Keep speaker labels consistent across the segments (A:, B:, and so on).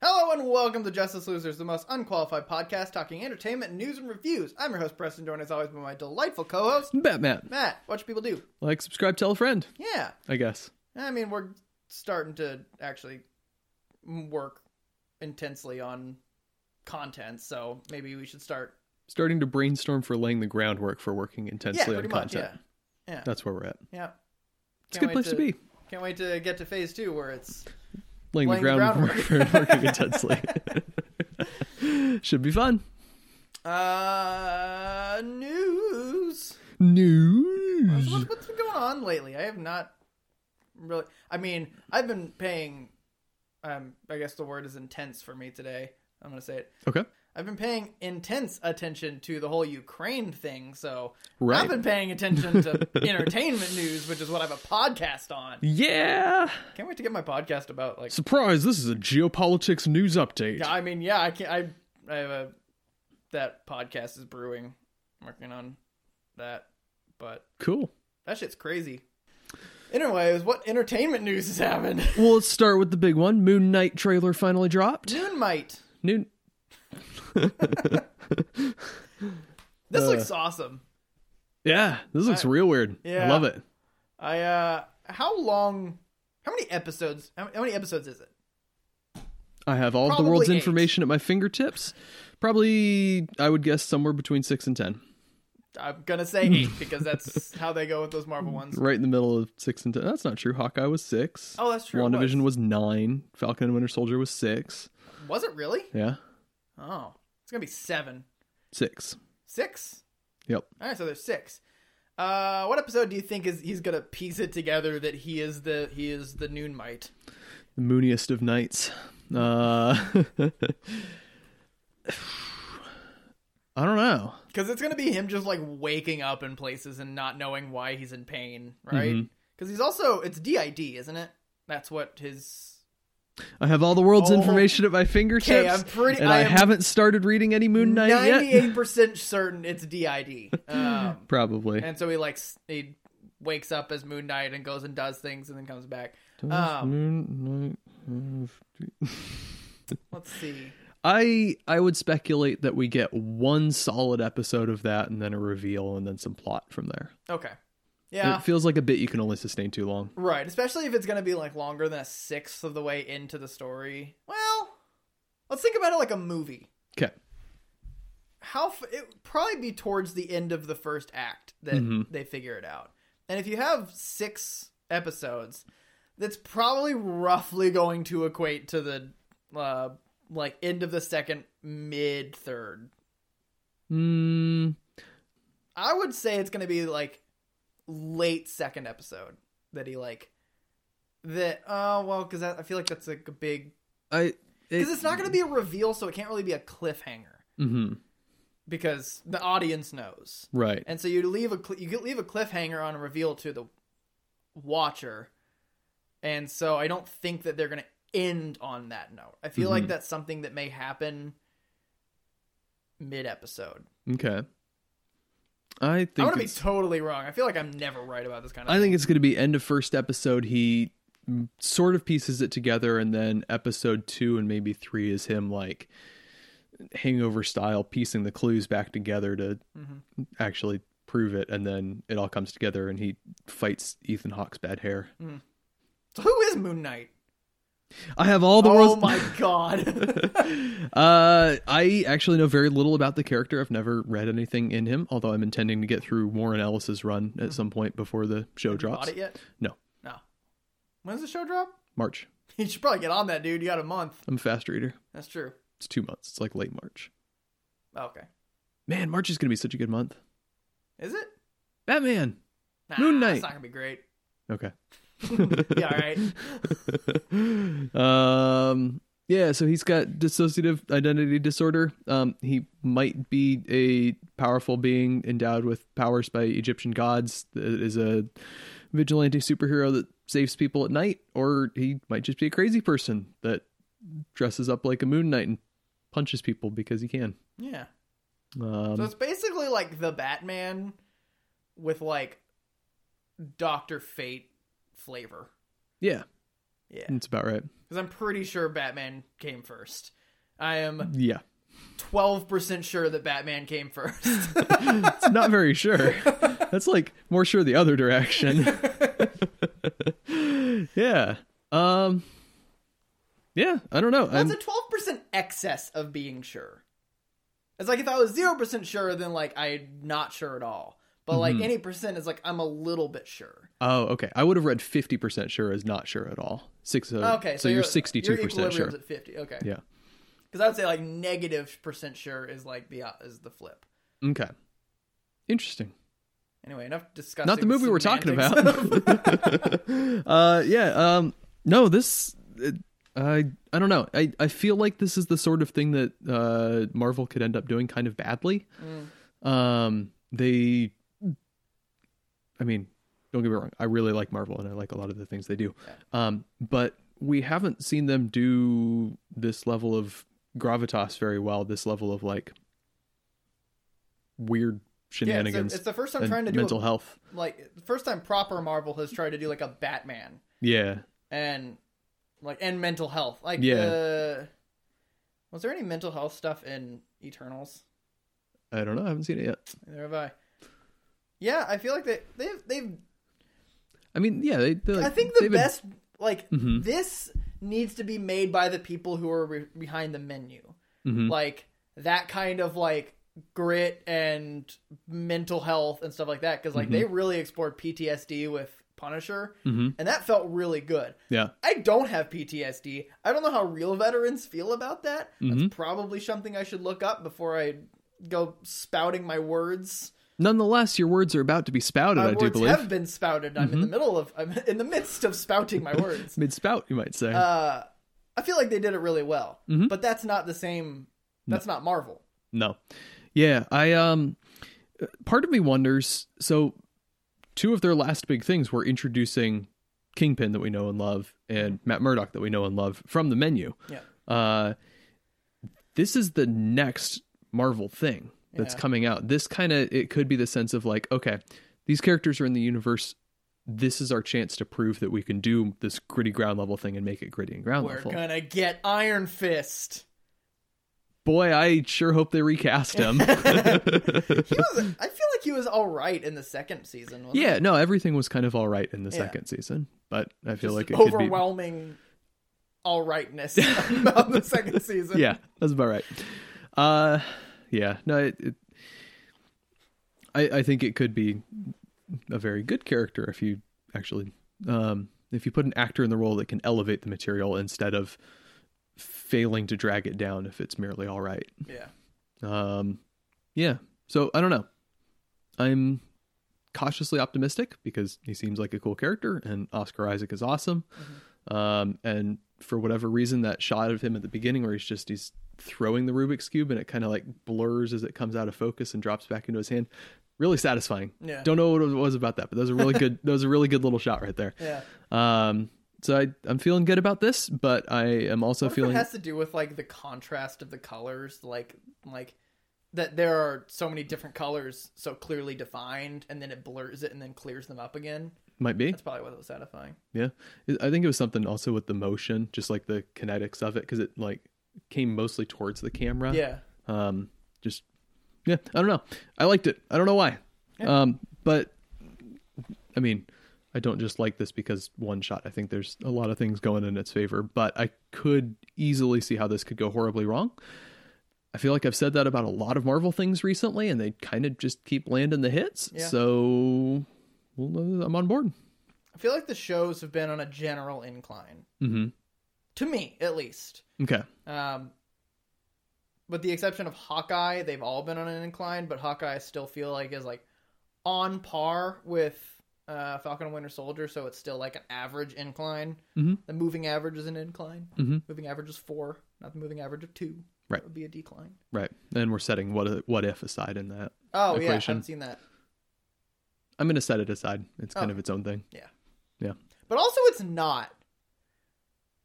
A: Hello and welcome to Justice Losers, the most unqualified podcast talking entertainment, news, and reviews. I'm your host, Preston Dorn, as always, by my delightful co host,
B: Batman.
A: Matt. What should people do?
B: Like, subscribe, tell a friend,
A: Yeah.
B: I guess.
A: I mean, we're starting to actually work intensely on content, so maybe we should start.
B: Starting to brainstorm for laying the groundwork for working
A: Yeah,
B: intensely on
A: pretty much.
B: content.
A: Yeah. Yeah.
B: That's where we're at.
A: yeah. Can't
B: It's a good
A: wait
B: place to, be.
A: Can't wait to get to phase two where it's.
B: Laying,
A: laying
B: the
A: the
B: groundwork for working intensely. Should be fun.
A: Uh, news. So
B: News.
A: what, what's been going on lately? I have not really. I mean, I've been paying. Um, I guess the word is intense for me today. I'm gonna say it.
B: Okay.
A: I've been paying intense attention to the whole Ukraine thing. So I've
B: Right.
A: been paying attention to entertainment news, which is what I have a podcast on.
B: Yeah.
A: Can't wait to get my podcast about like.
B: Surprise, this is a geopolitics news update.
A: Yeah, I mean, yeah, I can. I, I have a that podcast is brewing. I'm working on that, but
B: Cool.
A: that shit's crazy. Anyways, what entertainment news has happened?
B: Well, let's start with the big one. Moon Knight trailer finally dropped.
A: Noon Might.
B: Noon.
A: This
B: Uh.
A: looks awesome.
B: Yeah, this looks real weird. I
A: yeah.
B: love it.
A: I uh how long how many episodes how, how many episodes is it?
B: I have all of the
A: Probably
B: world's
A: eight.
B: information at my fingertips. Probably, I would guess somewhere between six and ten.
A: I'm gonna say eight because that's how they go with those Marvel ones.
B: Right in the middle of six and ten. That's not true. Hawkeye was six.
A: Oh, that's true. it
B: WandaVision was. nine. Falcon and Winter Soldier was six.
A: was. Was it really?
B: Yeah,
A: Oh. It's gonna be seven.
B: six.
A: Six?
B: Yep.
A: Alright, so there's six. Uh what episode do you think is he's gonna piece it together that he is the he is the noon mite?
B: The mooniest of nights. Uh, I don't know.
A: Because it's gonna be him just like waking up in places and not knowing why he's in pain, right? Because
B: Mhm.
A: he's also it's DID, isn't it? That's what his
B: I have all the world's
A: Oh.
B: information at my fingertips.
A: I'm pretty-
B: and
A: I
B: I,
A: am-
B: haven't started reading any Moon Knight yet.
A: Ninety-eight percent certain it's DID. Um,
B: Probably.
A: and so he like s- he wakes up as Moon Knight and goes and does things and then comes back.
B: Does
A: um,
B: Moon Knight have to-
A: Let's see.
B: I I would speculate that we get one solid episode of that, and then a reveal, and then some plot from there.
A: Okay. Yeah.
B: It feels like a bit you can only sustain too long.
A: Right. Especially if it's gonna be like longer than a sixth of the way into the story. Well, let's think about it like a movie.
B: Okay.
A: How f- it would probably be towards the end of the first act that
B: Mhm.
A: they figure it out. And if you have six episodes, that's probably roughly going to equate to the uh, like end of the second, mid third.
B: Mm,
A: I would say it's going to be like late second episode that he like that. Oh well, because I feel like that's like a big
B: I
A: because it's not going to be a reveal, so it can't really be a cliffhanger
B: hmm
A: because the audience knows.
B: right.
A: And so you leave a cl- you could leave a cliffhanger on a reveal to the watcher. And so I don't think that they're going to end on that note. I feel like
B: Mhm.
A: that's something that may happen mid episode.
B: Okay. I
A: I
B: think
A: want to be
B: it's-
A: totally wrong. I feel like I'm never right about this kind of
B: I think
A: thing.
B: it's going to be end of first episode. He mm, sort of pieces it together, and then episode two and maybe three is him like hangover style piecing the clues back together to
A: Mhm.
B: actually prove it, and then it all comes together, and he fights Ethan Hawke's bad hair.
A: So who is Moon Knight?
B: I have all the
A: oh
B: world's.
A: my god.
B: uh, I actually know very little about the character. I've never read anything in him, although I'm intending to get through Warren Ellis's run at some point before the show
A: Bought
B: drops.
A: it yet?
B: No,
A: No. When's the show drop?
B: March.
A: You should probably get on that, dude. You got a month.
B: I'm a fast reader.
A: That's true.
B: It's two months. It's like late March.
A: Okay.
B: Man, March is going to be such a good month.
A: Is it?
B: Batman.
A: Nah,
B: Moon Knight.
A: It's not going to be great.
B: Okay.
A: Yeah, all right.
B: um. Yeah. So he's got dissociative identity disorder. Um. He might be a powerful being endowed with powers by Egyptian gods. That is a vigilante superhero that saves people at night, or he might just be a crazy person that dresses up like a moon knight and punches people because he can.
A: Yeah.
B: Um,
A: So it's basically like the Batman with like Doctor Fate flavor.
B: yeah,
A: Yeah. Mm.
B: that's about right.
A: Because I'm pretty sure Batman came first. I am
B: Yeah.
A: 12% sure that Batman came first.
B: It's not very sure. That's like more sure the other direction. yeah. Um Yeah, I don't know. I'm-
A: That's a 12% excess of being sure. It's like if I was 0% sure, then like I'm not sure at all. But like any percent is like I'm a little bit sure.
B: oh, okay. I would have read 50% sure as not sure at all. 6 oh,
A: Okay,
B: So, you're 62% sure.
A: equilibrium's at 50. Okay.
B: Yeah.
A: Because I would say like negative percent sure is like the uh, is the flip.
B: Okay. Interesting.
A: Anyway, enough discussing.
B: Not the movie we're talking
A: semantics.
B: about. uh yeah, um no, this it, I I don't know. I I feel like this is the sort of thing that uh Marvel could end up doing kind of badly.
A: Mm.
B: Um they I mean, don't get me wrong. I really like Marvel and I like a lot of the things they do. Um but we haven't seen them do this level of gravitas very well, this level of like weird
A: yeah, it's, the-
B: shenanigans
A: it's the first time
B: and
A: trying to do
B: mental
A: a,
B: health.
A: like the first time proper Marvel has tried to do like a Batman
B: Yeah.
A: and like and mental health. Like
B: Yeah.
A: the was there any mental health stuff in Eternals?
B: I don't know. I haven't seen it yet.
A: Neither have I. Yeah, I feel like they they've they've
B: I mean, yeah, they. they like,
A: I think the
B: they've been- Mm-hmm.
A: best like this needs to be made by the people who are re- behind the menu.
B: Mm-hmm.
A: Like that kind of like grit and mental health and stuff like that cuz like they
B: Mm-hmm.
A: really explored PTSD with Punisher and that felt really good.
B: yeah,
A: I don't have PTSD. I don't know how real veterans feel about that.
B: Mm-hmm.
A: That's probably something I should look up before I go spouting my words.
B: nonetheless, your words are about to be spouted.
A: My
B: I do
A: words
B: believe Mm-hmm.
A: have been spouted. I'm in the middle of I'm in the midst of spouting my words.
B: mid spout, you might say.
A: Uh, I feel like they did it really well,
B: Mm-hmm.
A: but that's not the same. That's not Marvel.
B: no, yeah, I um, part of me wonders. So, two of their last big things were introducing Kingpin that we know and love, and Matt Murdock that we know and love from the menu.
A: Yeah,
B: Uh, this is the next Marvel thing that's
A: Yeah.
B: coming out. This kind of it could be the sense of like, okay, these characters are in the universe. This is our chance to prove that we can do this gritty ground level thing and make it gritty and ground
A: we're
B: level.
A: gonna get Iron Fist.
B: Boy, I sure hope they recast him.
A: He was. I feel like he was all right in the second season. wasn't
B: yeah, no, everything was kind of all right in the
A: Yeah.
B: second season, but I
A: he?
B: feel like it
A: Just
B: could be.
A: overwhelming all rightness about the second season.
B: yeah, that's about right. Uh, yeah, no, it, it, I I think it could be a very good character if you actually um if you put an actor in the role that can elevate the material instead of failing to drag it down if it's merely all right.
A: yeah.
B: Um, yeah, so I don't know. I'm cautiously optimistic because he seems like a cool character and Oscar Isaac is awesome.
A: Mm-hmm.
B: Um, and for whatever reason, that shot of him at the beginning where he's just he's throwing the Rubik's cube and it kind of like blurs as it comes out of focus and drops back into his hand. Really satisfying.
A: Yeah.
B: Don't know what it was about that, but that was a really good that was a really good little shot right there.
A: Yeah.
B: Um, so I, I'm feeling good about this, but I am also
A: I
B: feeling
A: it has to do with like the contrast of the colors, like like that there are so many different colors so clearly defined, and then it blurs it and then clears them up again.
B: might be.
A: That's probably what was satisfying.
B: Yeah, It- I think it was something also with the motion, just like the kinetics of it, because it like came mostly towards the camera.
A: Yeah,
B: Um. Just yeah, I don't know. I liked it. I don't know why. Um. But I mean, I don't just like this because one shot. I think there's a lot of things going in its favor, but I could easily see how this could go horribly wrong. I feel like I've said that about a lot of Marvel things recently, and they kind of just keep landing the hits.
A: Yeah.
B: So well, I'm on board.
A: I feel like the shows have been on a general incline
B: Mm-hmm.
A: to me, at least.
B: Okay.
A: Um, with the exception of Hawkeye, they've all been on an incline, but Hawkeye I still feel like is like on par with uh, Falcon and Winter Soldier, so it's still like an average incline.
B: Mhm.
A: The moving average is an incline.
B: Mhm.
A: Moving average is four, not the moving average of two.
B: Right.
A: that would be a decline.
B: Right. And we're setting what what if aside in that.
A: Oh yeah, I
B: Equation.
A: haven't seen that.
B: I'm going to set it aside. It's kind
A: Oh.
B: of its own thing.
A: But also, it's not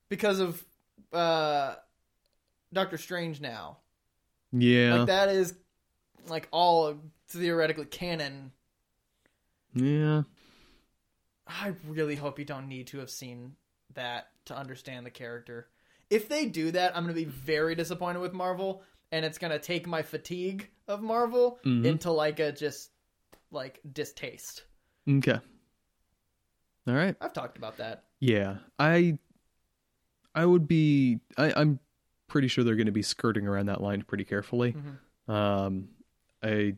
A: because of uh, Doctor Strange now.
B: Yeah.
A: Like that is like all theoretically canon
B: yeah.
A: I really hope you don't need to have seen that to understand the character. if they do that, I'm going to be very disappointed with Marvel, and it's going to take my fatigue of Marvel
B: Mm-hmm.
A: into like a just like distaste.
B: Okay. All right.
A: I've talked about that.
B: Yeah. I I would be I, I'm pretty sure they're gonna be skirting around that line pretty carefully.
A: Mm-hmm.
B: Um I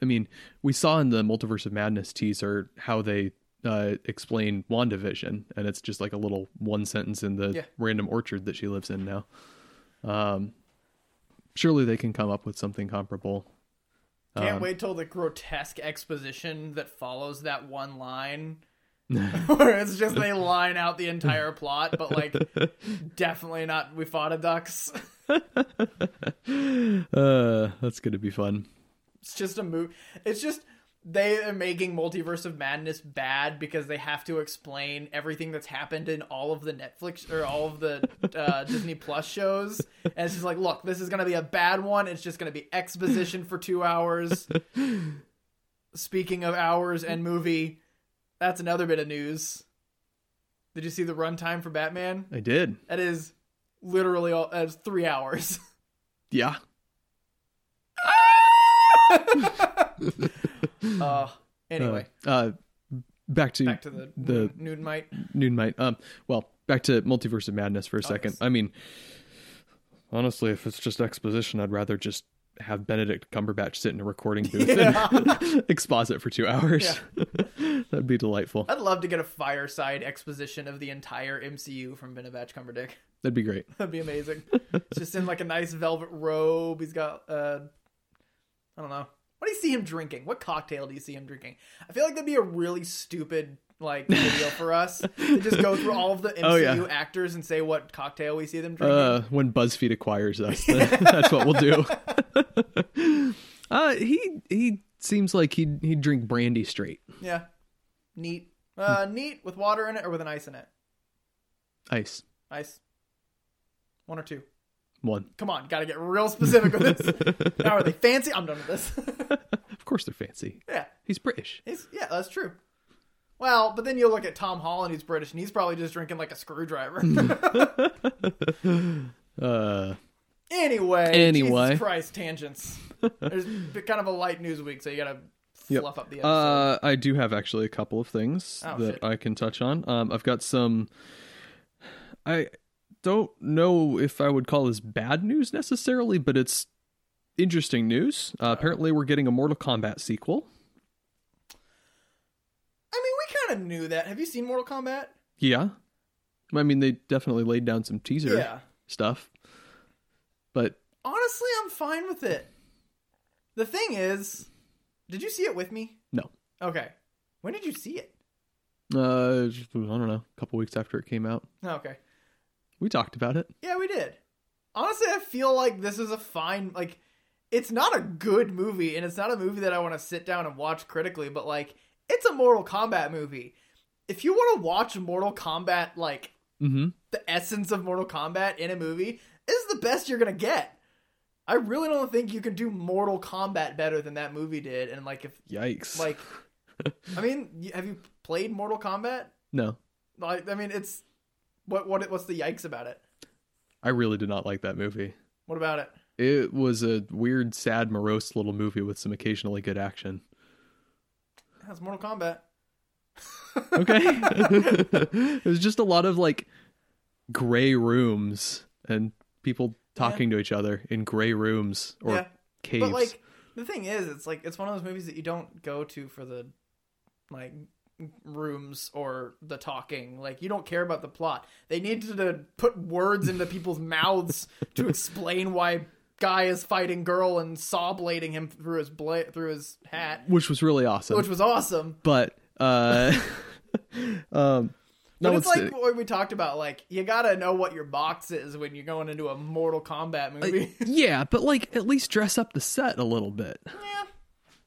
B: I mean, we saw in the Multiverse of Madness teaser how they uh explain WandaVision and it's just like a little one sentence in the
A: Yeah.
B: random orchard that she lives in now. Um surely they can come up with something comparable.
A: Can't
B: Um,
A: wait till the grotesque exposition that follows that one line. where it's just they line out the entire plot, but like definitely not we fought a ducks.
B: Uh that's gonna be fun.
A: It's just a move. It's just they are making Multiverse of Madness bad because they have to explain everything that's happened in all of the Netflix or all of the uh, Disney Plus shows. And it's just like, look, this is going to be a bad one. It's just going to be exposition for two hours. Speaking of hours and movie, that's another bit of news. Did you see the runtime for Batman?
B: I did.
A: That is literally all, that's three hours.
B: Yeah.
A: uh, anyway,
B: Uh, uh, back to,
A: back to the,
B: the-
A: the nude mite.
B: Noon Might. Um, well, back to Multiverse of Madness for a second.
A: yes.
B: I mean, honestly, if it's just exposition, I'd rather just have Benedict Cumberbatch sit in a recording booth and exposit for two hours. That'd be delightful.
A: I'd love to get a fireside exposition of the entire MCU from Benabatch Cumberdick.
B: That'd be great.
A: That'd be amazing. it's just in like a nice velvet robe. He's got uh I don't know. What do you see him drinking? What cocktail do you see him drinking? I feel like that'd be a really stupid like video for us to just go through all of the MCU
B: Oh, yeah.
A: actors and say what cocktail we see them drinking.
B: Uh, when BuzzFeed acquires us, that's what we'll do. uh, he he seems like he'd he'd drink brandy straight,
A: yeah. Neat. Uh neat with water in it or with an ice in it?
B: ice
A: Ice. One or two.
B: one.
A: Come on, gotta get real specific with this. now are they fancy? I'm done with this.
B: Of course, they're fancy.
A: yeah,
B: He's British.
A: he's, yeah, that's true. Well, but then you look at Tom Holland, who's British, and he's probably just drinking like a screwdriver.
B: Hmm. Uh,
A: anyway,
B: Anyway.
A: Jesus Christ tangents. There's b- kind of a light news week, so you gotta
B: Yep.
A: fluff up the episode.
B: Uh, I do have actually a couple of things
A: Oh,
B: that
A: shit.
B: I can touch on. Um, I've got some. I don't know if I would call this bad news necessarily, but it's interesting news. Uh, apparently, we're getting a Mortal Kombat sequel.
A: I mean, we kind of knew that. Have you seen Mortal Kombat?
B: Yeah, I mean they definitely laid down some teaser
A: Yeah.
B: stuff, but
A: Honestly, I'm fine with it. The thing is, did you see it with me?
B: no.
A: Okay. When did you see it?
B: Uh, I don't know. A couple weeks after it came out,
A: Oh, Okay.
B: we talked about it.
A: Yeah, we did. Honestly, I feel like this is a fine like it's not a good movie and it's not a movie that I want to sit down and watch critically, but like it's a Mortal Kombat movie. If you want to watch Mortal Kombat like
B: Mm-hmm.
A: the essence of Mortal Kombat in a movie, this is the best you're going to get. I really don't think you can do Mortal Kombat better than that movie did and like if
B: Yikes!
A: like I mean, you- have you played Mortal Kombat?
B: no,
A: Like I mean, it's what what what's the yikes about it?
B: I really did not like that movie.
A: What about it?
B: It was a weird, sad, morose little movie with some occasionally good action.
A: That's Mortal Kombat.
B: Okay. it was just a lot of like gray rooms and people talking to each other in gray rooms or
A: Yeah.
B: caves.
A: But like the thing is, it's like it's one of those movies that you don't go to for the like rooms or the talking. Like you don't care about the plot. They need to, to put words into people's mouths to explain why guy is fighting girl and saw blading him through his bla- through his hat,
B: which was really awesome.
A: which was awesome.
B: But uh um
A: But
B: no,
A: it's like what we talked about. Like you gotta know what your box is when you're going into a Mortal Kombat movie.
B: yeah, but like at least dress up the set a little bit.
A: yeah,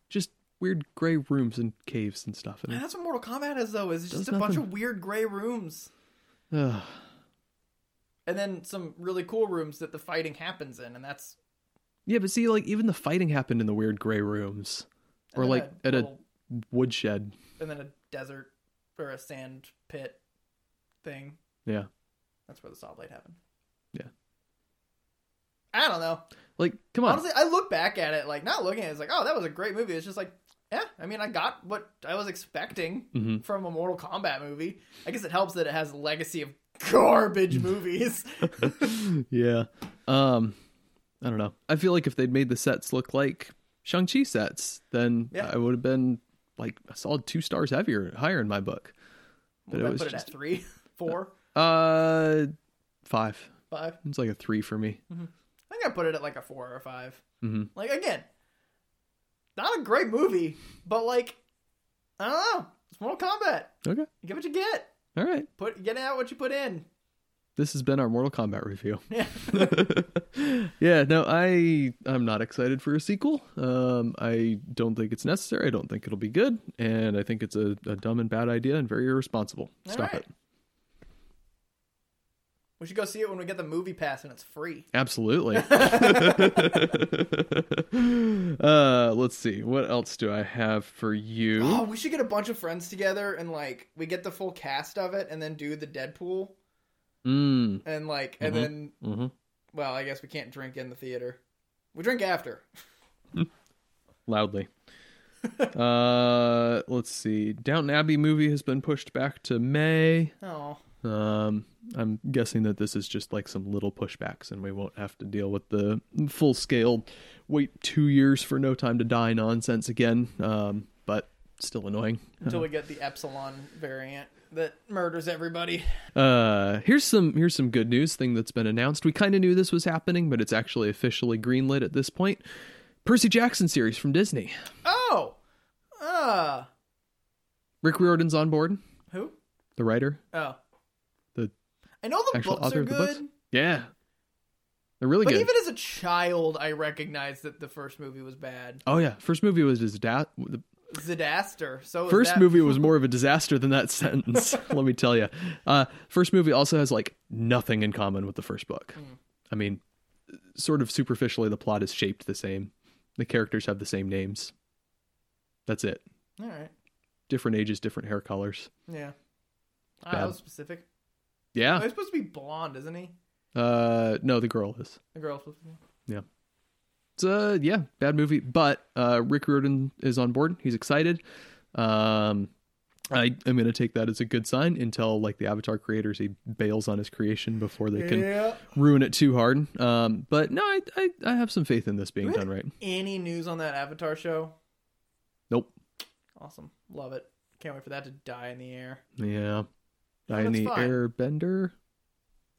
B: Just weird gray rooms and caves and stuff. And
A: that's what Mortal Kombat is though. Is just
B: Does
A: a bunch
B: nothing.
A: of weird gray rooms.
B: ugh.
A: and then some really cool rooms that the fighting happens in, and that's
B: Yeah, but see, like even the fighting happened in the weird gray rooms, or
A: and
B: like
A: then
B: at
A: little-
B: a woodshed.
A: and then a desert or a sand pit thing.
B: Yeah,
A: That's where the saw blade happened.
B: yeah.
A: I don't know.
B: Like, come on.
A: Honestly, I look back at it, like not looking at it, it's like, oh, that was a great movie. It's just like, yeah, I mean, I got what I was expecting
B: Mm-hmm.
A: from a Mortal Kombat movie. I guess it helps that it has a legacy of garbage movies.
B: yeah. Um, I don't know. I feel like if they'd made the sets look like Shang Chi sets, then
A: Yeah.
B: I would have been like a solid two stars heavier, higher in my book. But
A: I
B: it was
A: put
B: just
A: it at three, four,
B: uh five.
A: five.
B: It's like a three for me.
A: I think I put it at like a four or a 5
B: Mhm.
A: Like again, not a great movie, but like I don't know. It's Mortal Kombat.
B: Okay.
A: You get what you get.
B: All right.
A: Put get out what you put in.
B: This has been our Mortal Kombat review.
A: Yeah.
B: yeah, no, I I'm not excited for a sequel. Um, I don't think it's necessary. I don't think it'll be good, and I think it's a, a dumb and bad idea and very irresponsible.
A: All
B: Stop
A: right.
B: it.
A: We should go see it when we get the movie pass and it's free.
B: Absolutely. uh, let's see. What else do I have for you?
A: Oh, we should get a bunch of friends together and like we get the full cast of it and then do the Deadpool
B: Mm,
A: and like and then
B: hmm
A: well, I guess we can't drink in the theater. We drink after.
B: Loudly. uh, let's see. Downton Abbey movie has been pushed back to May.
A: Oh.
B: Um, I'm guessing that this is just like some little pushbacks, and we won't have to deal with the full scale wait two years for No Time to Die nonsense again. Um, but still annoying.
A: Until we get the Epsilon variant that murders everybody.
B: Uh, here's some here's some good news thing that's been announced. We kind of knew this was happening, but it's actually officially greenlit at this point. Percy Jackson series from Disney.
A: Oh. Uh
B: Rick Riordan's on board,
A: who?
B: the writer,
A: Oh.
B: The
A: I know the
B: actual
A: books
B: author
A: are
B: of the
A: good.
B: books. Yeah, they're really
A: But
B: good.
A: even as a child, I recognized that the first movie was bad.
B: oh yeah, first movie was his dad. The
A: Zidaster. So is
B: first
A: that-
B: movie was more of a disaster than that sentence. let me tell you. Uh, first movie also has like nothing in common with the first book. I mean, sort of superficially, the plot is shaped the same. The characters have the same names. That's it.
A: All right.
B: different ages, different hair colors.
A: Yeah. Ah,
B: bad. Ah.
A: that was specific. Oh,
B: Yeah.
A: he's supposed to be blonde, isn't he?
B: Uh no, the girl is.
A: The girl's supposed to be.
B: It's uh yeah, bad movie, but uh Rick Riordan is on board. He's excited. Um I am going to take that as a good sign until like the avatar creators he bails on his creation before they can
A: Yeah.
B: ruin it too hard. Um but no, I I, I have some faith in this being
A: Really?
B: done right.
A: Any news on that Avatar show?
B: Nope.
A: Awesome. Love it. Can't wait for that to die in the air.
B: Yeah.
A: No,
B: I
A: that's
B: need
A: fine.
B: airbender.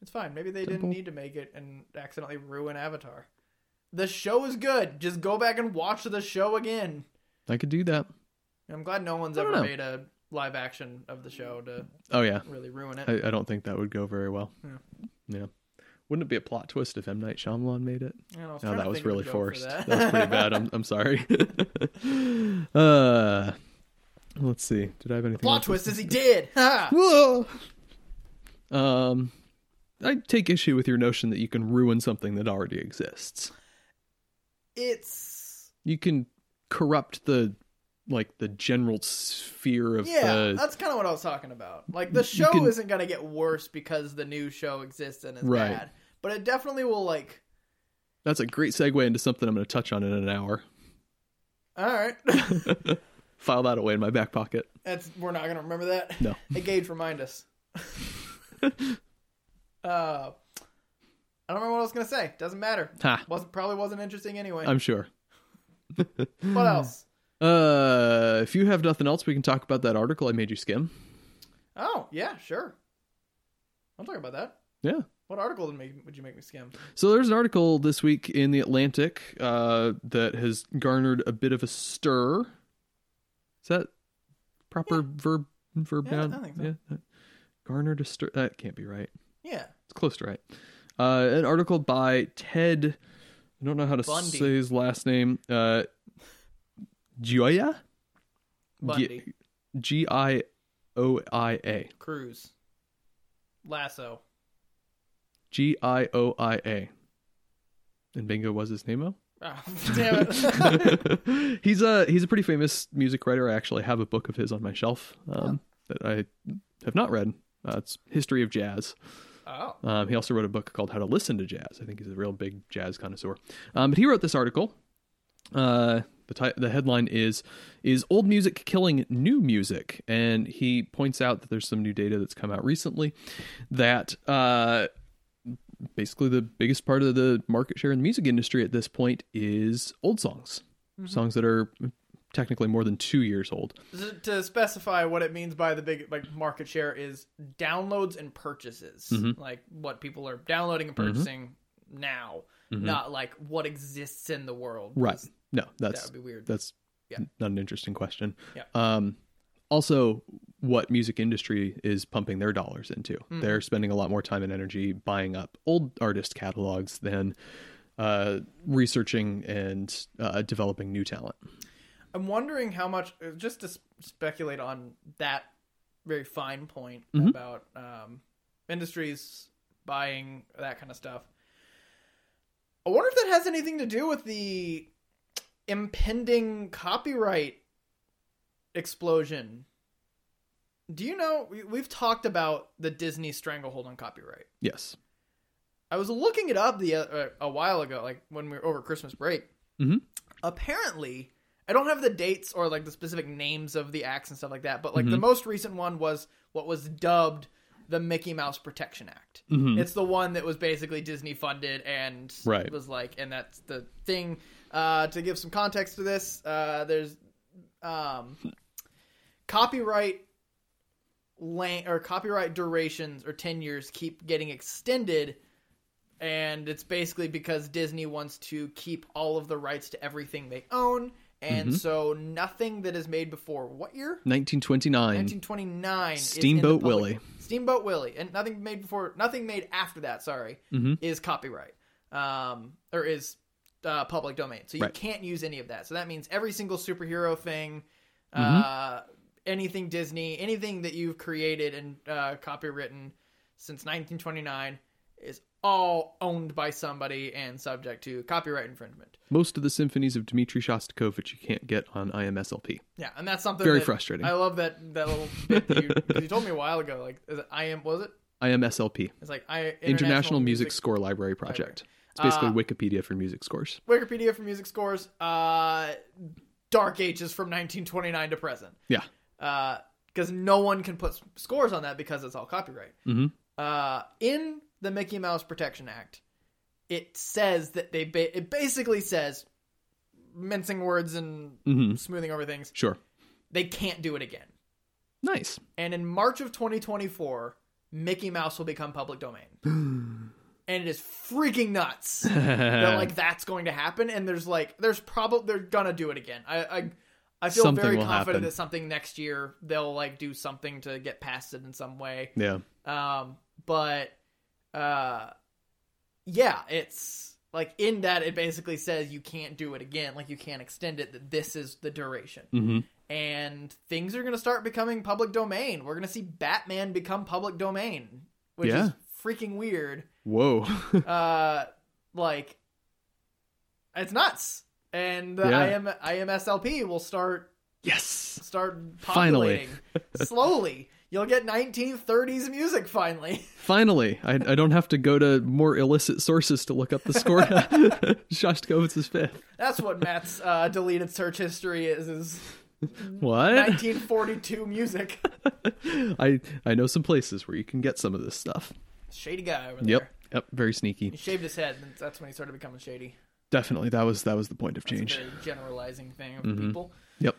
A: It's fine. Maybe they
B: Temple.
A: didn't need to make it and accidentally ruin Avatar. The show is good. Just go back and watch the show again.
B: I could do that.
A: I'm glad no one's
B: I
A: ever
B: don't know.
A: made a live action of the show to
B: Oh yeah.
A: really ruin it.
B: I, I don't think that would go very well.
A: Yeah.
B: yeah. Wouldn't it be a plot twist if M Night Shyamalan made it?
A: I don't know, I was
B: No,
A: trying to
B: Oh, that was
A: think of a
B: really
A: joke for
B: forced.
A: that.
B: That. was pretty bad. I'm I'm sorry. uh, let's see. Did I have anything?
A: Plot
B: else?
A: twist is he did. Ha!
B: Whoa. Um, I take issue with your notion that you can ruin something that already exists.
A: It's
B: You can corrupt the like the general sphere of
A: yeah.
B: the
A: that's kind of what I was talking about. Like the
B: You
A: show
B: can-
A: isn't gonna get worse because the new show exists and it's
B: Right.
A: bad, but it definitely will. Like,
B: That's a great segue into something I'm going to touch on in an hour.
A: all right,
B: File that away in my back pocket.
A: that's we're not gonna remember that.
B: No.
A: Hey, Gage, remind us. uh, I don't remember what I was gonna say. Doesn't matter.
B: Ha.
A: Wasn't probably wasn't interesting anyway.
B: I'm sure.
A: What else?
B: Uh, if you have nothing else, we can talk about that article I made you skim.
A: Oh yeah, sure. I'll talk about that.
B: Yeah.
A: What article did make, would you make me skim?
B: So there's an article this week in the Atlantic uh, that has garnered a bit of a stir. Is that proper verb verb
A: Yeah, I
B: noun?
A: think so.
B: Yeah. Garnered a stir. That can't be right.
A: Yeah.
B: It's close to right. Uh, an article by Ted. I don't know how to
A: Bundy.
B: say his last name. Uh, Gioia.
A: Bundy.
B: G i o i a.
A: Cruz. Lasso.
B: G I O I A. And Bingo was his name.
A: Oh, damn it.
B: he's a he's a pretty famous music writer. I actually have a book
A: Oh.
B: of his on my shelf um, that I have not read. Uh, it's History of Jazz.
A: Oh.
B: Um, he also wrote a book called How to Listen to Jazz. I think he's a real big jazz connoisseur. Um, but he wrote this article. Uh, the ti- the headline is is old music killing new music, and he points out that there's some new data that's come out recently that. Uh, basically the biggest part of the market share in the music industry at this point is old songs, songs that are technically more than two years old.
A: To- To specify what it means by the big like market share is downloads and purchases,
B: Mm-hmm.
A: like what people are downloading and purchasing now, not like what exists in the world.
B: Mm-hmm. Right. No,
A: That
B: that's
A: would be weird.
B: that's
A: Yeah.
B: not an interesting question.
A: Yeah.
B: Um, also, what music industry is pumping their dollars into?
A: Hmm.
B: They're spending a lot more time and energy buying up old artist catalogs than uh, researching and uh, developing new talent.
A: I'm wondering how much, uh, just to s- speculate on that very fine point about um, industries buying that kind of stuff. I wonder if that has anything to do with the impending copyright explosion. Do you know we- we've talked about the Disney stranglehold on copyright?
B: Yes.
A: I was looking it up the uh, a while ago, like when we were over Christmas break.
B: Mhm.
A: Apparently, I don't have the dates or like the specific names of the acts and stuff like that, but like the most recent one was what was dubbed the Mickey Mouse Protection Act.
B: Mhm.
A: It's the one that was basically Disney funded and
B: Right.
A: was like, and that's the thing. Uh, to give some context to this, uh, there's um, copyright length or copyright durations or tenures keep getting extended and it's basically because Disney wants to keep all of the rights to everything they own and so nothing that is made before what year
B: 1929.
A: 1929 is in the
B: Steamboat
A: public-
B: Willie.
A: Steamboat Willie and nothing made before nothing made after that sorry
B: Mhm.
A: is copyright um or is uh, public domain so you
B: Right.
A: can't use any of that so that means every single superhero thing uh
B: Mm-hmm.
A: anything Disney anything that you've created and uh copywritten since 1929 is all owned by somebody and subject to copyright infringement
B: Most of the symphonies of Dmitri Shostakovich you can't get on IMSLP.
A: Yeah, and that's something
B: Very
A: that-
B: frustrating.
A: I love that that little bit that you, 'cause you told me a while ago. Like, is it I am was it?
B: IMSLP,
A: It's like I International, Uh,
B: International Music Score Library Project. It's basically Wikipedia for music scores.
A: Wikipedia for music scores. Uh, Dark Ages from 1929 to present.
B: Yeah.
A: Because no one can put s- scores on that because it's all copyright.
B: Mm-hmm.
A: Uh, in the Mickey Mouse Protection Act, it says that they ba- it basically says mincing words and
B: Mm-hmm.
A: smoothing over things.
B: Sure.
A: They can't do it again.
B: Nice.
A: And in March of 2024, Mickey Mouse will become public domain. and it is freaking nuts
B: Uh,
A: that like that's going to happen and there's like there's probably they're gonna do it again. I I I feel
B: Something
A: very
B: will
A: confident
B: happen.
A: that something next year they'll like do something to get past it in some way.
B: Yeah.
A: Um, but uh, yeah, it's like in that it basically says you can't do it again. Like you can't extend it. That this is the duration,
B: Mm-hmm.
A: and things are gonna start becoming public domain. We're gonna see Batman become public domain, which
B: Yeah.
A: is freaking weird.
B: Whoa.
A: Uh, like it's nuts. And the
B: Yeah.
A: IM, IMSLP will start
B: yes.
A: start
B: Finally.
A: populating slowly. You'll get 1930s music finally.
B: Finally, I, I don't have to go to more illicit sources to look up the score. Shostakovich's fifth.
A: That's what Matt's uh, deleted search history is: is
B: What?
A: 1942 music.
B: I I know some places where you can get some of this stuff.
A: Shady guy over there.
B: Yep. Yep. Very
A: He
B: sneaky.
A: shaved his head, and that's when he started becoming shady.
B: Definitely. That was that was the point of
A: It's a
B: change.
A: very generalizing thing of
B: Mm-hmm.
A: people.
B: Yep.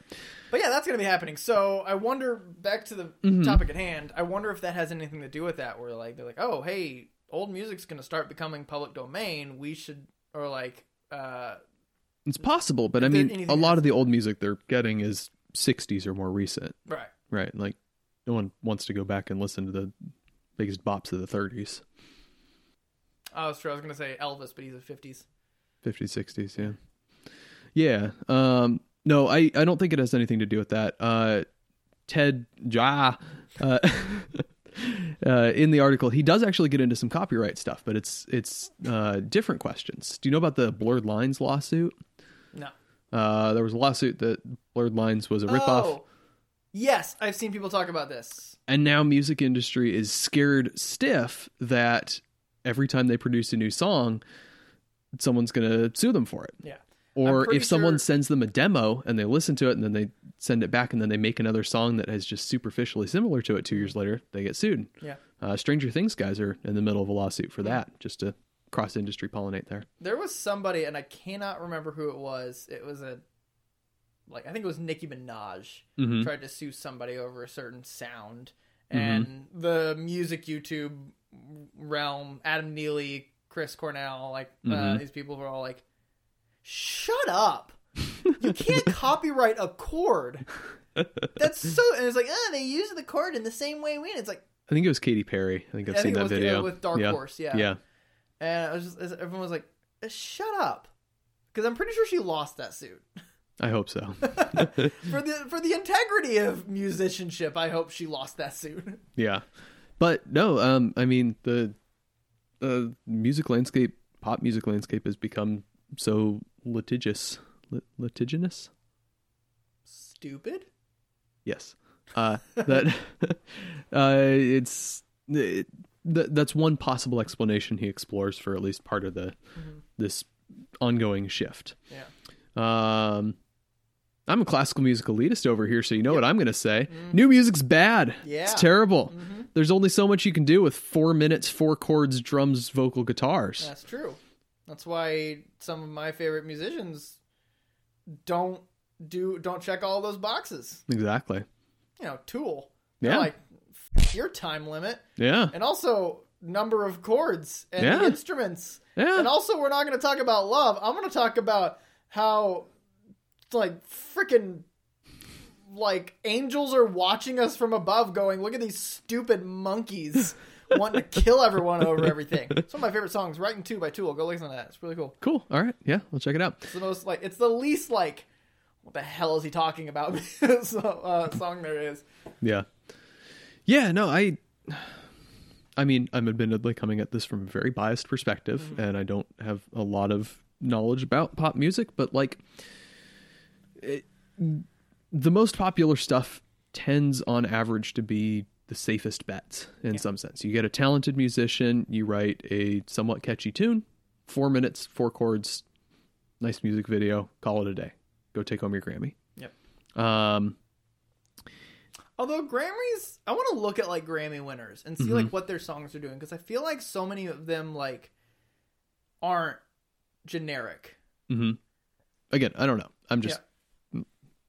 A: But yeah, that's going to be happening. So I wonder, back to the topic at hand, I wonder if that has anything to do with that, where like they're like, oh, hey, old music's going to start becoming public domain. We should, or like, uh,
B: It's possible, but I
A: there
B: mean, a
A: anything
B: lot of the old music they're getting is 60s or more recent,
A: right.
B: right? Like, no one wants to go back and listen to the biggest bops of the 30s,
A: Oh, that's true. I was going to say Elvis, but he's a 50s.
B: 50s, 60s. Yeah. Yeah. Um, no, I, I don't think it has anything to do with that. Uh, Ted Ja, uh, uh, in the article, he does actually get into some copyright stuff, but it's, it's, uh, different questions. Do you know about the Blurred Lines lawsuit?
A: No.
B: Uh, there was a lawsuit that Blurred Lines was a ripoff.
A: Oh, Yes, I've seen people talk about this.
B: And now music industry is scared stiff that every time they produce a new song, someone's going to sue them for it.
A: Yeah. I'm
B: Or
A: pretty
B: if someone
A: sure-
B: sends them a demo and they listen to it and then they send it back and then they make another song that is just superficially similar to it two years later, they get sued.
A: Mm-hmm. Yeah.
B: Uh, Stranger Things guys are in the middle of a lawsuit for that, just to cross industry pollinate there.
A: There was somebody, and I cannot remember who it was. It was a, like, I think it was Nicki Minaj
B: Mhm.
A: tried to sue somebody over a certain sound.
B: Mm-hmm.
A: And the music YouTube realm, Adam Neely, Chris Cornell, like, uh,
B: Mhm.
A: these people were all like, shut up. You can't copyright a chord. That's so. And it's like, ah, they use the chord in the same way we. And it's like,
B: I think it was Katy Perry. I think I've
A: I
B: seen
A: think it
B: that
A: was the-
B: video.
A: with Dark
B: yeah.
A: Horse, yeah.
B: Yeah.
A: And I was just, everyone was like, "Uh, shut up. Because I'm pretty sure she lost that suit.
B: I hope so.
A: For the for the integrity of musicianship, I hope she lost that suit.
B: yeah. But no, um, I mean the uh, music landscape, pop music landscape, has become so litigious, lit- litigious.
A: Stupid?
B: Yes. Uh, that uh, it's it, th- that's one possible explanation he explores for at least part of the this ongoing shift.
A: Mm-hmm. Yeah.
B: Um, I'm a classical music elitist over here, so you know what I'm going to say. New music's bad.
A: Mm-hmm. Yeah. Mm-hmm.
B: It's terrible. There's only so much you can do with four minutes, four chords, drums, vocal, guitars.
A: That's true. That's why some of my favorite musicians don't do don't check all those boxes.
B: Exactly.
A: You know, Tool.
B: Yeah.
A: They're like F- your time limit,
B: Yeah.
A: and also number of chords and
B: Yeah.
A: instruments.
B: Yeah.
A: And also, we're not going to talk about love. I'm going to talk about how, like, freaking, like, angels are watching us from above going, look at these stupid monkeys wanting to kill everyone over everything. It's one of my favorite songs, Writing 2 by Tool. Go listen to that. It's really cool.
B: cool. All right. Yeah. We'll check it out.
A: It's the most, like, it's the least, like, what the hell is he talking about? so, uh, song there is.
B: Yeah. Yeah, no, I I mean, I'm admittedly coming at this from a very biased perspective and I don't have a lot of knowledge about pop music, but like it- the most popular stuff tends on average to be the safest bets in some sense. You get a talented musician, you write a somewhat catchy tune, 4 minutes, 4 chords, nice music video, call it a day. Go take home your Grammy.
A: Yep.
B: Um
A: Although Grammys, I want to look at like Grammy winners and see
B: Mhm.
A: like what their songs are doing because I feel like so many of them like aren't generic.
B: again, I don't know. I'm just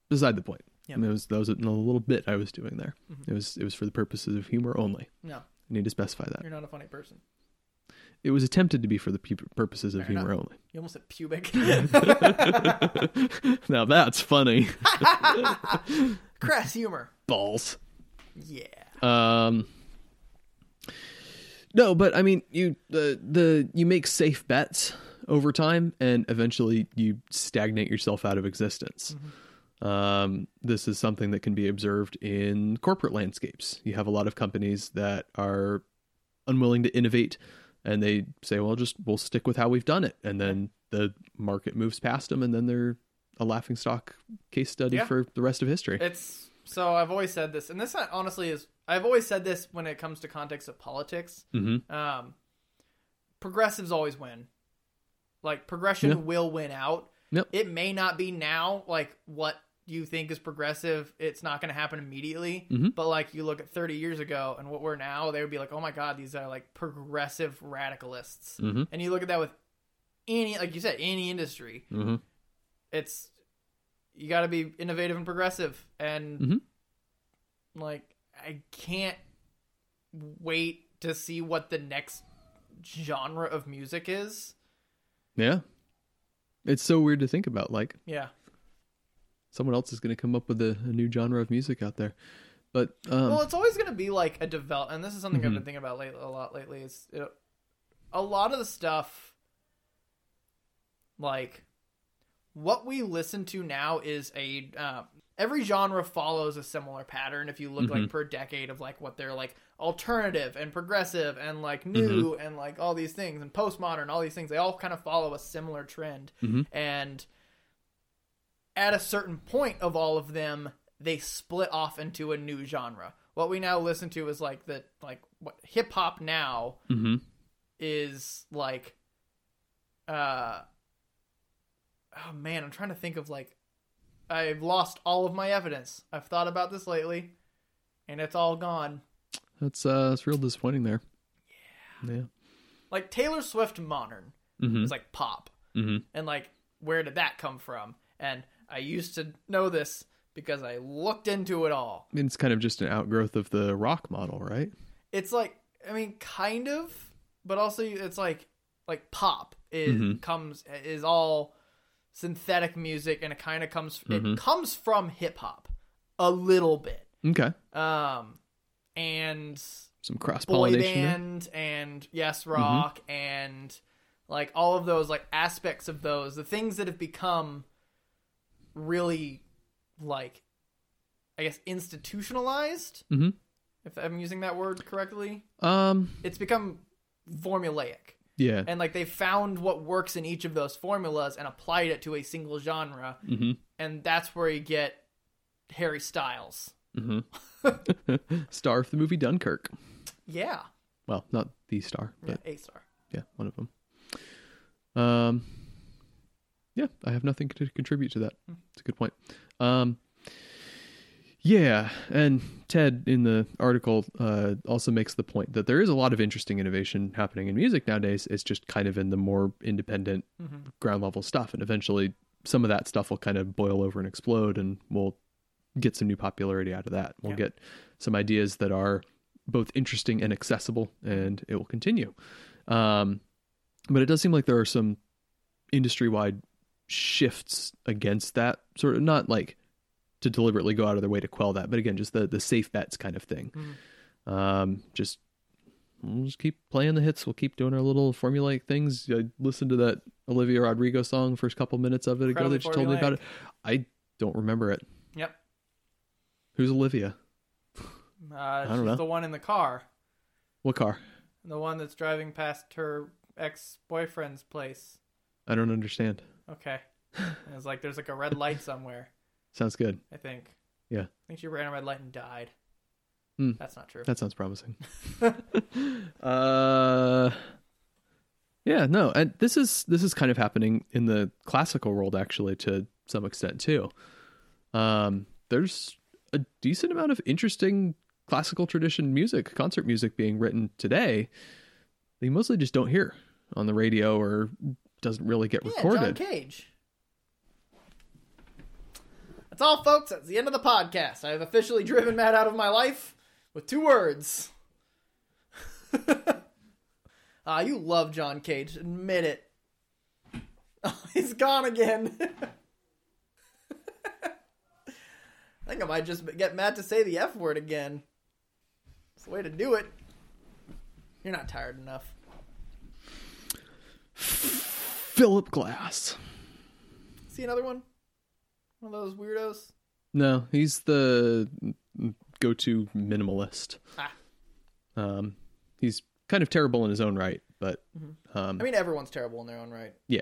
B: beside the point.
A: Yeah. Mm-hmm.
B: I mean, it was that was a little bit I was doing there. It was it was for the purposes of humor only.
A: No,
B: I need to specify that
A: you're not a funny person.
B: it was attempted to be for the pu- purposes of
A: Fair
B: humor
A: You almost said pubic.
B: only. now that's funny
A: Crass humor.
B: balls.
A: Yeah.
B: Um, no, but I mean, you the the you make safe bets over time, and eventually you stagnate yourself out of existence. Um, this is something that can be observed in corporate landscapes. You have a lot of companies that are unwilling to innovate, and they say, "Well, just we'll stick with how we've done it," and then the market moves past them, and then they're a laughing stock case study
A: Yeah. Eh.
B: for the rest of history.
A: It's so I've always said this, and this honestly is I've always said this when it comes to context of politics.
B: hmm
A: Um, progressives always win. Like progression
B: Yeah.
A: will win out.
B: Yep.
A: It may not be now like what you think is progressive. It's not going to happen immediately.
B: Mhm.
A: But like you look at 30 years ago and what we're now, they would be like, "Oh my god, these are like progressive radicalists."
B: hmm
A: And you look at that with any like you said, any industry
B: hmm
A: it's you got to be innovative and progressive and
B: Mhm.
A: like i can't wait to see what the next genre of music is
B: Yeah. It's so weird to think about. Like,
A: yeah
B: someone else is going to come up with a, a new genre of music out there. But, um,
A: well it's always going to be like a develop and this is something i've been thinking about late, a lot lately is you know, a lot of the stuff like what we listen to now is a uh, every genre follows a similar pattern if you look like per decade of like what they're like alternative and progressive and like new and like all these things and postmodern all these things they all kind of follow a similar trend
B: Mhm.
A: and at a certain point of all of them they split off into a new genre. What we now listen to is like the like what hip hop now
B: Mm-hmm.
A: is like uh oh man, I'm trying to think of like I've lost all of my evidence. I've thought about this lately and it's all gone.
B: That's uh, that's real disappointing there. Yeah. Yeah.
A: Like Taylor Swift modern
B: Mm-hmm.
A: is like pop.
B: Mm-hmm.
A: and like where did that come from and i used to know this because i looked into it all
B: It's kind of just an outgrowth of the rock model, right?
A: it's like i mean kind of but also it's like like pop is
B: Mhm.
A: comes is all synthetic music and it kind of comes it comes from hip hop a little bit
B: Okay.
A: um and
B: Some cross
A: boy
B: pollination. Mm-hmm.
A: band and yes rock and like all of those like aspects of those the things that have become really like i guess institutionalized
B: Mm-hmm.
A: if i'm using that word correctly
B: Um.
A: it's become formulaic
B: Yeah.
A: and like they found what works in each of those formulas and applied it to a single genre
B: Mm-hmm.
A: and that's where you get harry styles
B: Mm-hmm. star of the movie Dunkirk.
A: yeah
B: Well, not the star,
A: yeah
B: but
A: a star
B: yeah, one of them. Um. Yeah, I have nothing to contribute to that. It's a good point. Um. Yeah, and Ted in the article uh, also makes the point that there is a lot of interesting innovation happening in music nowadays. It's just kind of in the more independent
A: Mhm.
B: ground level stuff, and eventually some of that stuff will kind of boil over and explode, and we'll get some new popularity out of that. We'll
A: Yeah.
B: get some ideas that are both interesting and accessible, and it will continue. Um, but it does seem like there are some industry wide shifts against that sort of not like to deliberately go out of their way to quell that, but again, just the the safe bets kind of thing. Um, just we'll just keep playing the hits. We'll keep doing our little formulaic things. I listened to that Olivia Rodrigo song first couple minutes of it ago
A: Incredibly
B: that you told me about it. I don't remember it.
A: yep
B: Who's Olivia?
A: uh,
B: don't
A: she's
B: know.
A: the one in the car
B: What car?
A: The one that's driving past her ex boyfriend's place.
B: I don't understand.
A: Okay. And it's like there's like a red light somewhere,
B: Sounds good.
A: I think.
B: Yeah.
A: I think she ran a red light and died.
B: Hmm.
A: That's not true.
B: That sounds promising. uh Yeah, no. And this is this is kind of happening in the classical world actually to some extent too. Um there's a decent amount of interesting classical tradition music, concert music being written today. They mostly just don't hear on the radio or doesn't really get
A: yeah, John
B: recorded.
A: Cage. That's all, folks. That's the end of the podcast. I have officially driven Matt out of my life with two words. Ah, you love John Cage. Admit it. he's gone again. I think I might just get Matt to say the F word again. It's the way to do it. You're not tired enough.
B: Philip Glass.
A: See another one? One of those weirdos?
B: No, he's the go-to minimalist.
A: Ah.
B: Um, he's kind of terrible in his own right, but um,
A: I mean, everyone's terrible in their own right.
B: yeah,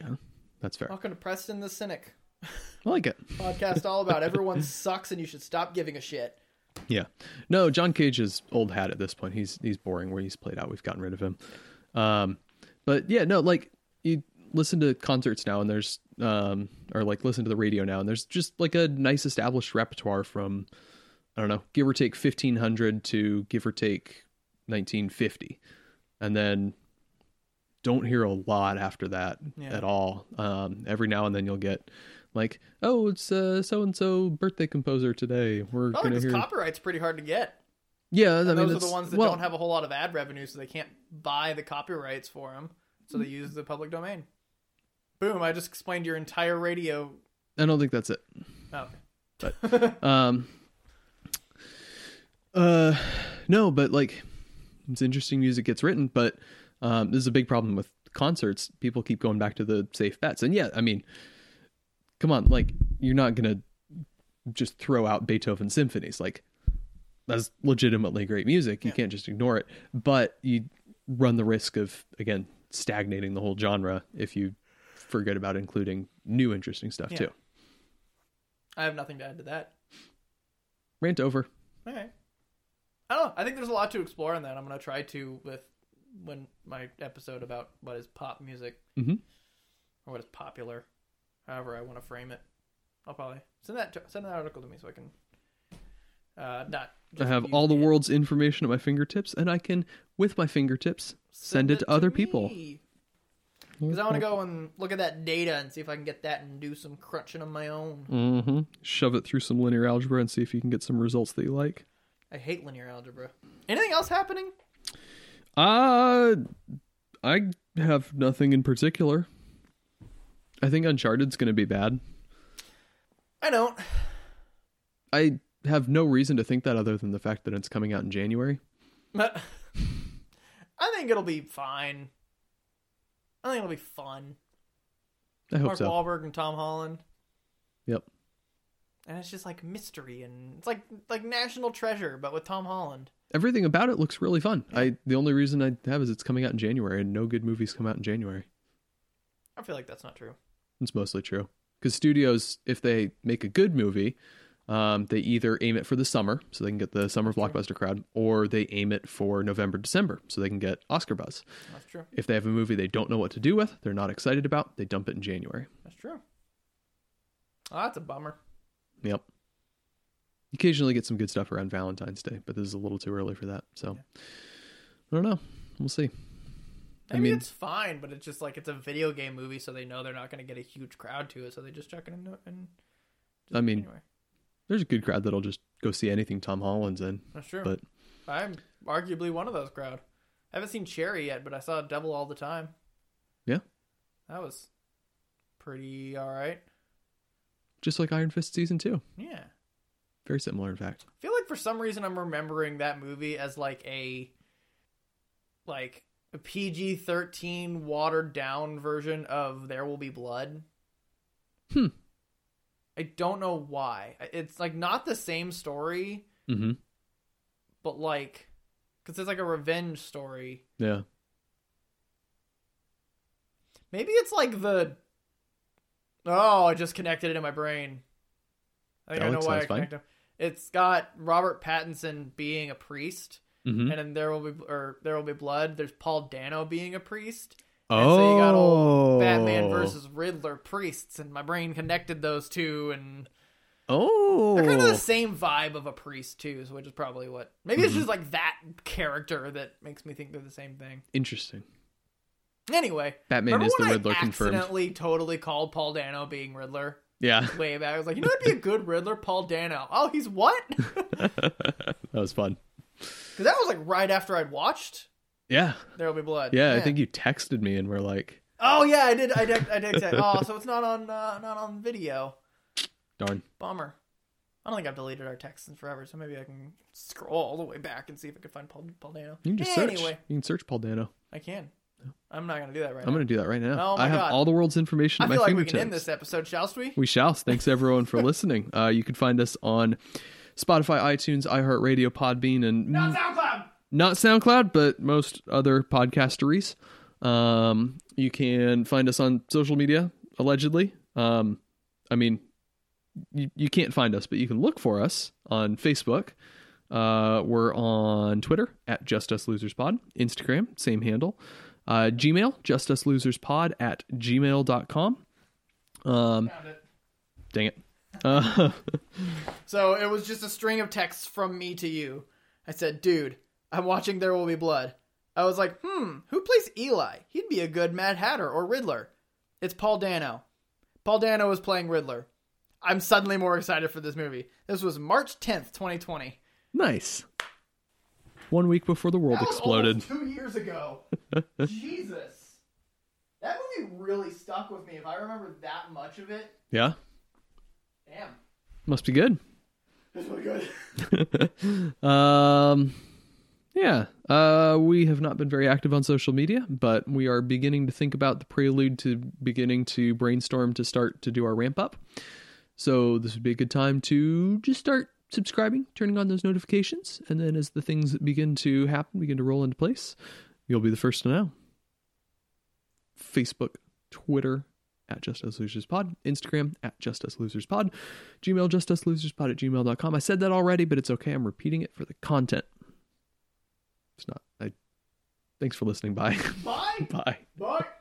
B: that's fair.
A: Welcome to Preston the Cynic
B: I like it.
A: podcast, all about everyone sucks and you should stop giving a shit.
B: Yeah, no, John Cage is old hat at this point. He's he's boring where he's played out. We've gotten rid of him. Um, but yeah, no, like you listen to concerts now, and there's um, or like listen to the radio now, and there's just like a nice established repertoire from I don't know, give or take 1500 to give or take 1950, and then don't hear a lot after that
A: Yeah.
B: at all. Um, every now and then you'll get like, oh, it's so and so birthday composer today.
A: Probably
B: We're gonna
A: because
B: hear.
A: copyright's pretty hard to get.
B: Yeah, I mean,
A: Those are
B: it's-
A: the ones that
B: well,
A: don't have a whole lot of ad revenue, so they can't buy the copyrights for them. So they use the public domain. Boom! I just explained your entire radio.
B: I don't think that's it.
A: Oh,
B: Um, uh, no, but like, it's interesting music gets written, but um, this is a big problem with concerts. People keep going back to the safe bets, and yeah, I mean, come on, like you're not gonna just throw out Beethoven symphonies. Like that's legitimately great music. You can't just ignore it, but you run the risk of again stagnating the whole genre if you forget about including new interesting stuff
A: Yeah.
B: too.
A: I have nothing to add to that.
B: Rant over.
A: All right. I don't know. I think there's a lot to explore in that. I'm gonna try to with when my episode about what is pop music
B: Mhm.
A: or what is popular, however I want to frame it. I'll probably send that to, send that article to me so I can uh, not.
B: I
A: just
B: have
A: use
B: all the
A: it.
B: world's information at my fingertips, and I can, with my fingertips, send, it to other people.
A: Because I want to go and look at that data and see if I can get that and do some crunching on my own.
B: hmm Shove it through some linear algebra and see if you can get some results that you like.
A: I hate linear algebra. Anything else happening?
B: Uh, I have nothing in particular. I think Uncharted's going to be bad.
A: I don't.
B: I have no reason to think that other than the fact that it's coming out in January.
A: But I think it'll be fine. I think it'll be fun.
B: I hope
A: Mark
B: so.
A: Wahlberg and Tom Holland,
B: Yep.
A: and it's just like mystery and it's like like National Treasure, but with Tom Holland.
B: Everything about it looks really fun. I the only reason I have is it's coming out in January, and no good movies come out in January.
A: I feel like that's not true.
B: It's mostly true because studios, if they make a good movie, um, they either aim it for the summer so they can get the summer blockbuster crowd, or they aim it for November, December so they can get Oscar buzz.
A: That's true.
B: If they have a movie they don't know what to do with, they're not excited about, they dump it in January.
A: That's true. Oh, that's a bummer.
B: Yep. Occasionally get some good stuff around Valentine's Day, but this is a little too early for that. So I don't know. We'll see.
A: Maybe
B: mean-
A: it's fine, but it's just like it's a video game movie, so they know they're not going to get a huge crowd to it, so they just chuck it in. And
B: I mean-
A: anyway,
B: There's a good crowd that'll just go see anything Tom Holland's in.
A: that's true.
B: But
A: I'm arguably one of those crowd. I haven't seen Cherry yet, but I saw Devil all the time.
B: Yeah.
A: That was pretty all right.
B: just like Iron Fist season two,
A: Yeah.
B: very similar in fact.
A: I feel like for some reason I'm remembering that movie as like a like a PG-13 watered down version of There Will Be Blood.
B: Hmm.
A: I don't know why. It's like not the same story,
B: Mm-hmm.
A: but like cuz it's like a revenge story.
B: Yeah.
A: Maybe it's like the Oh, I just connected it in my brain. I think
B: That
A: I know
B: looks-
A: why I
B: sounds fine.
A: connected. It's got Robert Pattinson being a priest.
B: Mm-hmm.
A: and then there will be or there will be blood. There's Paul Dano being a priest. And
B: oh,
A: so you got old Batman versus Riddler priests, and my brain connected those two, and
B: Oh,
A: they're kind of the same vibe of a priest too, so which is probably what. Maybe it's
B: Mhm.
A: just like that character that makes me think they're the same thing.
B: interesting.
A: Anyway,
B: Batman
A: remember
B: is the
A: when
B: Riddler
A: I
B: confirmed.
A: accidentally totally called Paul Dano being Riddler
B: Yeah,
A: way back? I was like, you know, it'd be a good Riddler, Paul Dano. Oh, he's what? Because
B: that was fun.
A: that was like right after I'd watched
B: Yeah,
A: There Will Be Blood.
B: yeah. I think you texted me and we're like,
A: Oh yeah, I did. I did. I did. say- oh, so it's not on. Uh, not on video.
B: darn.
A: Bummer. I don't think I've deleted our texts in forever, so maybe I can scroll all the way back and see if I can find Paul, Paul Dano.
B: You can just
A: anyway,
B: search. You can search Paul Dano.
A: I can. I'm not gonna do that right
B: I'm
A: now.
B: going to do that right now.
A: Oh my
B: I have
A: God.
B: all the world's information
A: I
B: at
A: feel
B: my
A: like we
B: fingertips.
A: can end this episode, shall we?
B: We shall. Thanks everyone for listening. Uh, you can find us on Spotify, iTunes, iHeartRadio, Podbean, and
A: On SoundCloud.
B: not SoundCloud, but most other podcasteries. Um, you can find us on social media, allegedly. Um, I mean, you, you can't find us, but you can look for us on Facebook. Uh, we're on Twitter at Just Us Losers Pod, Instagram, same handle. Uh, Gmail, Just Us Losers Pod at gmail.com. Um,
A: Found it.
B: dang it. Uh,
A: So it was just a string of texts from me to you. I said, "Dude, I'm watching There Will Be Blood." I was like, "Hmm, who plays Eli? He'd be a good Mad Hatter or Riddler." It's Paul Dano. Paul Dano is playing Riddler. I'm suddenly more excited for this movie. This was March 10th, 2020.
B: nice. One week before the world
A: That was
B: exploded.
A: almost two years ago. Jesus, that movie really stuck with me. If I remember that much of it,
B: Yeah.
A: damn,
B: Must be good.
A: this was good.
B: um yeah uh we have not been very active on social media but we are beginning to think about the prelude to beginning to brainstorm to start to do our ramp up so this would be a good time to just start subscribing turning on those notifications and then as the things begin to happen begin to roll into place you'll be the first to know facebook twitter at Just Us Losers Pod, Instagram at Just Us Losers Pod, Gmail Just Us Losers Pod at gmail.com. I said that already, but it's okay. I'm repeating it for the content. It's not. I. Thanks for listening. Bye.
A: Bye.
B: Bye.
A: Bye.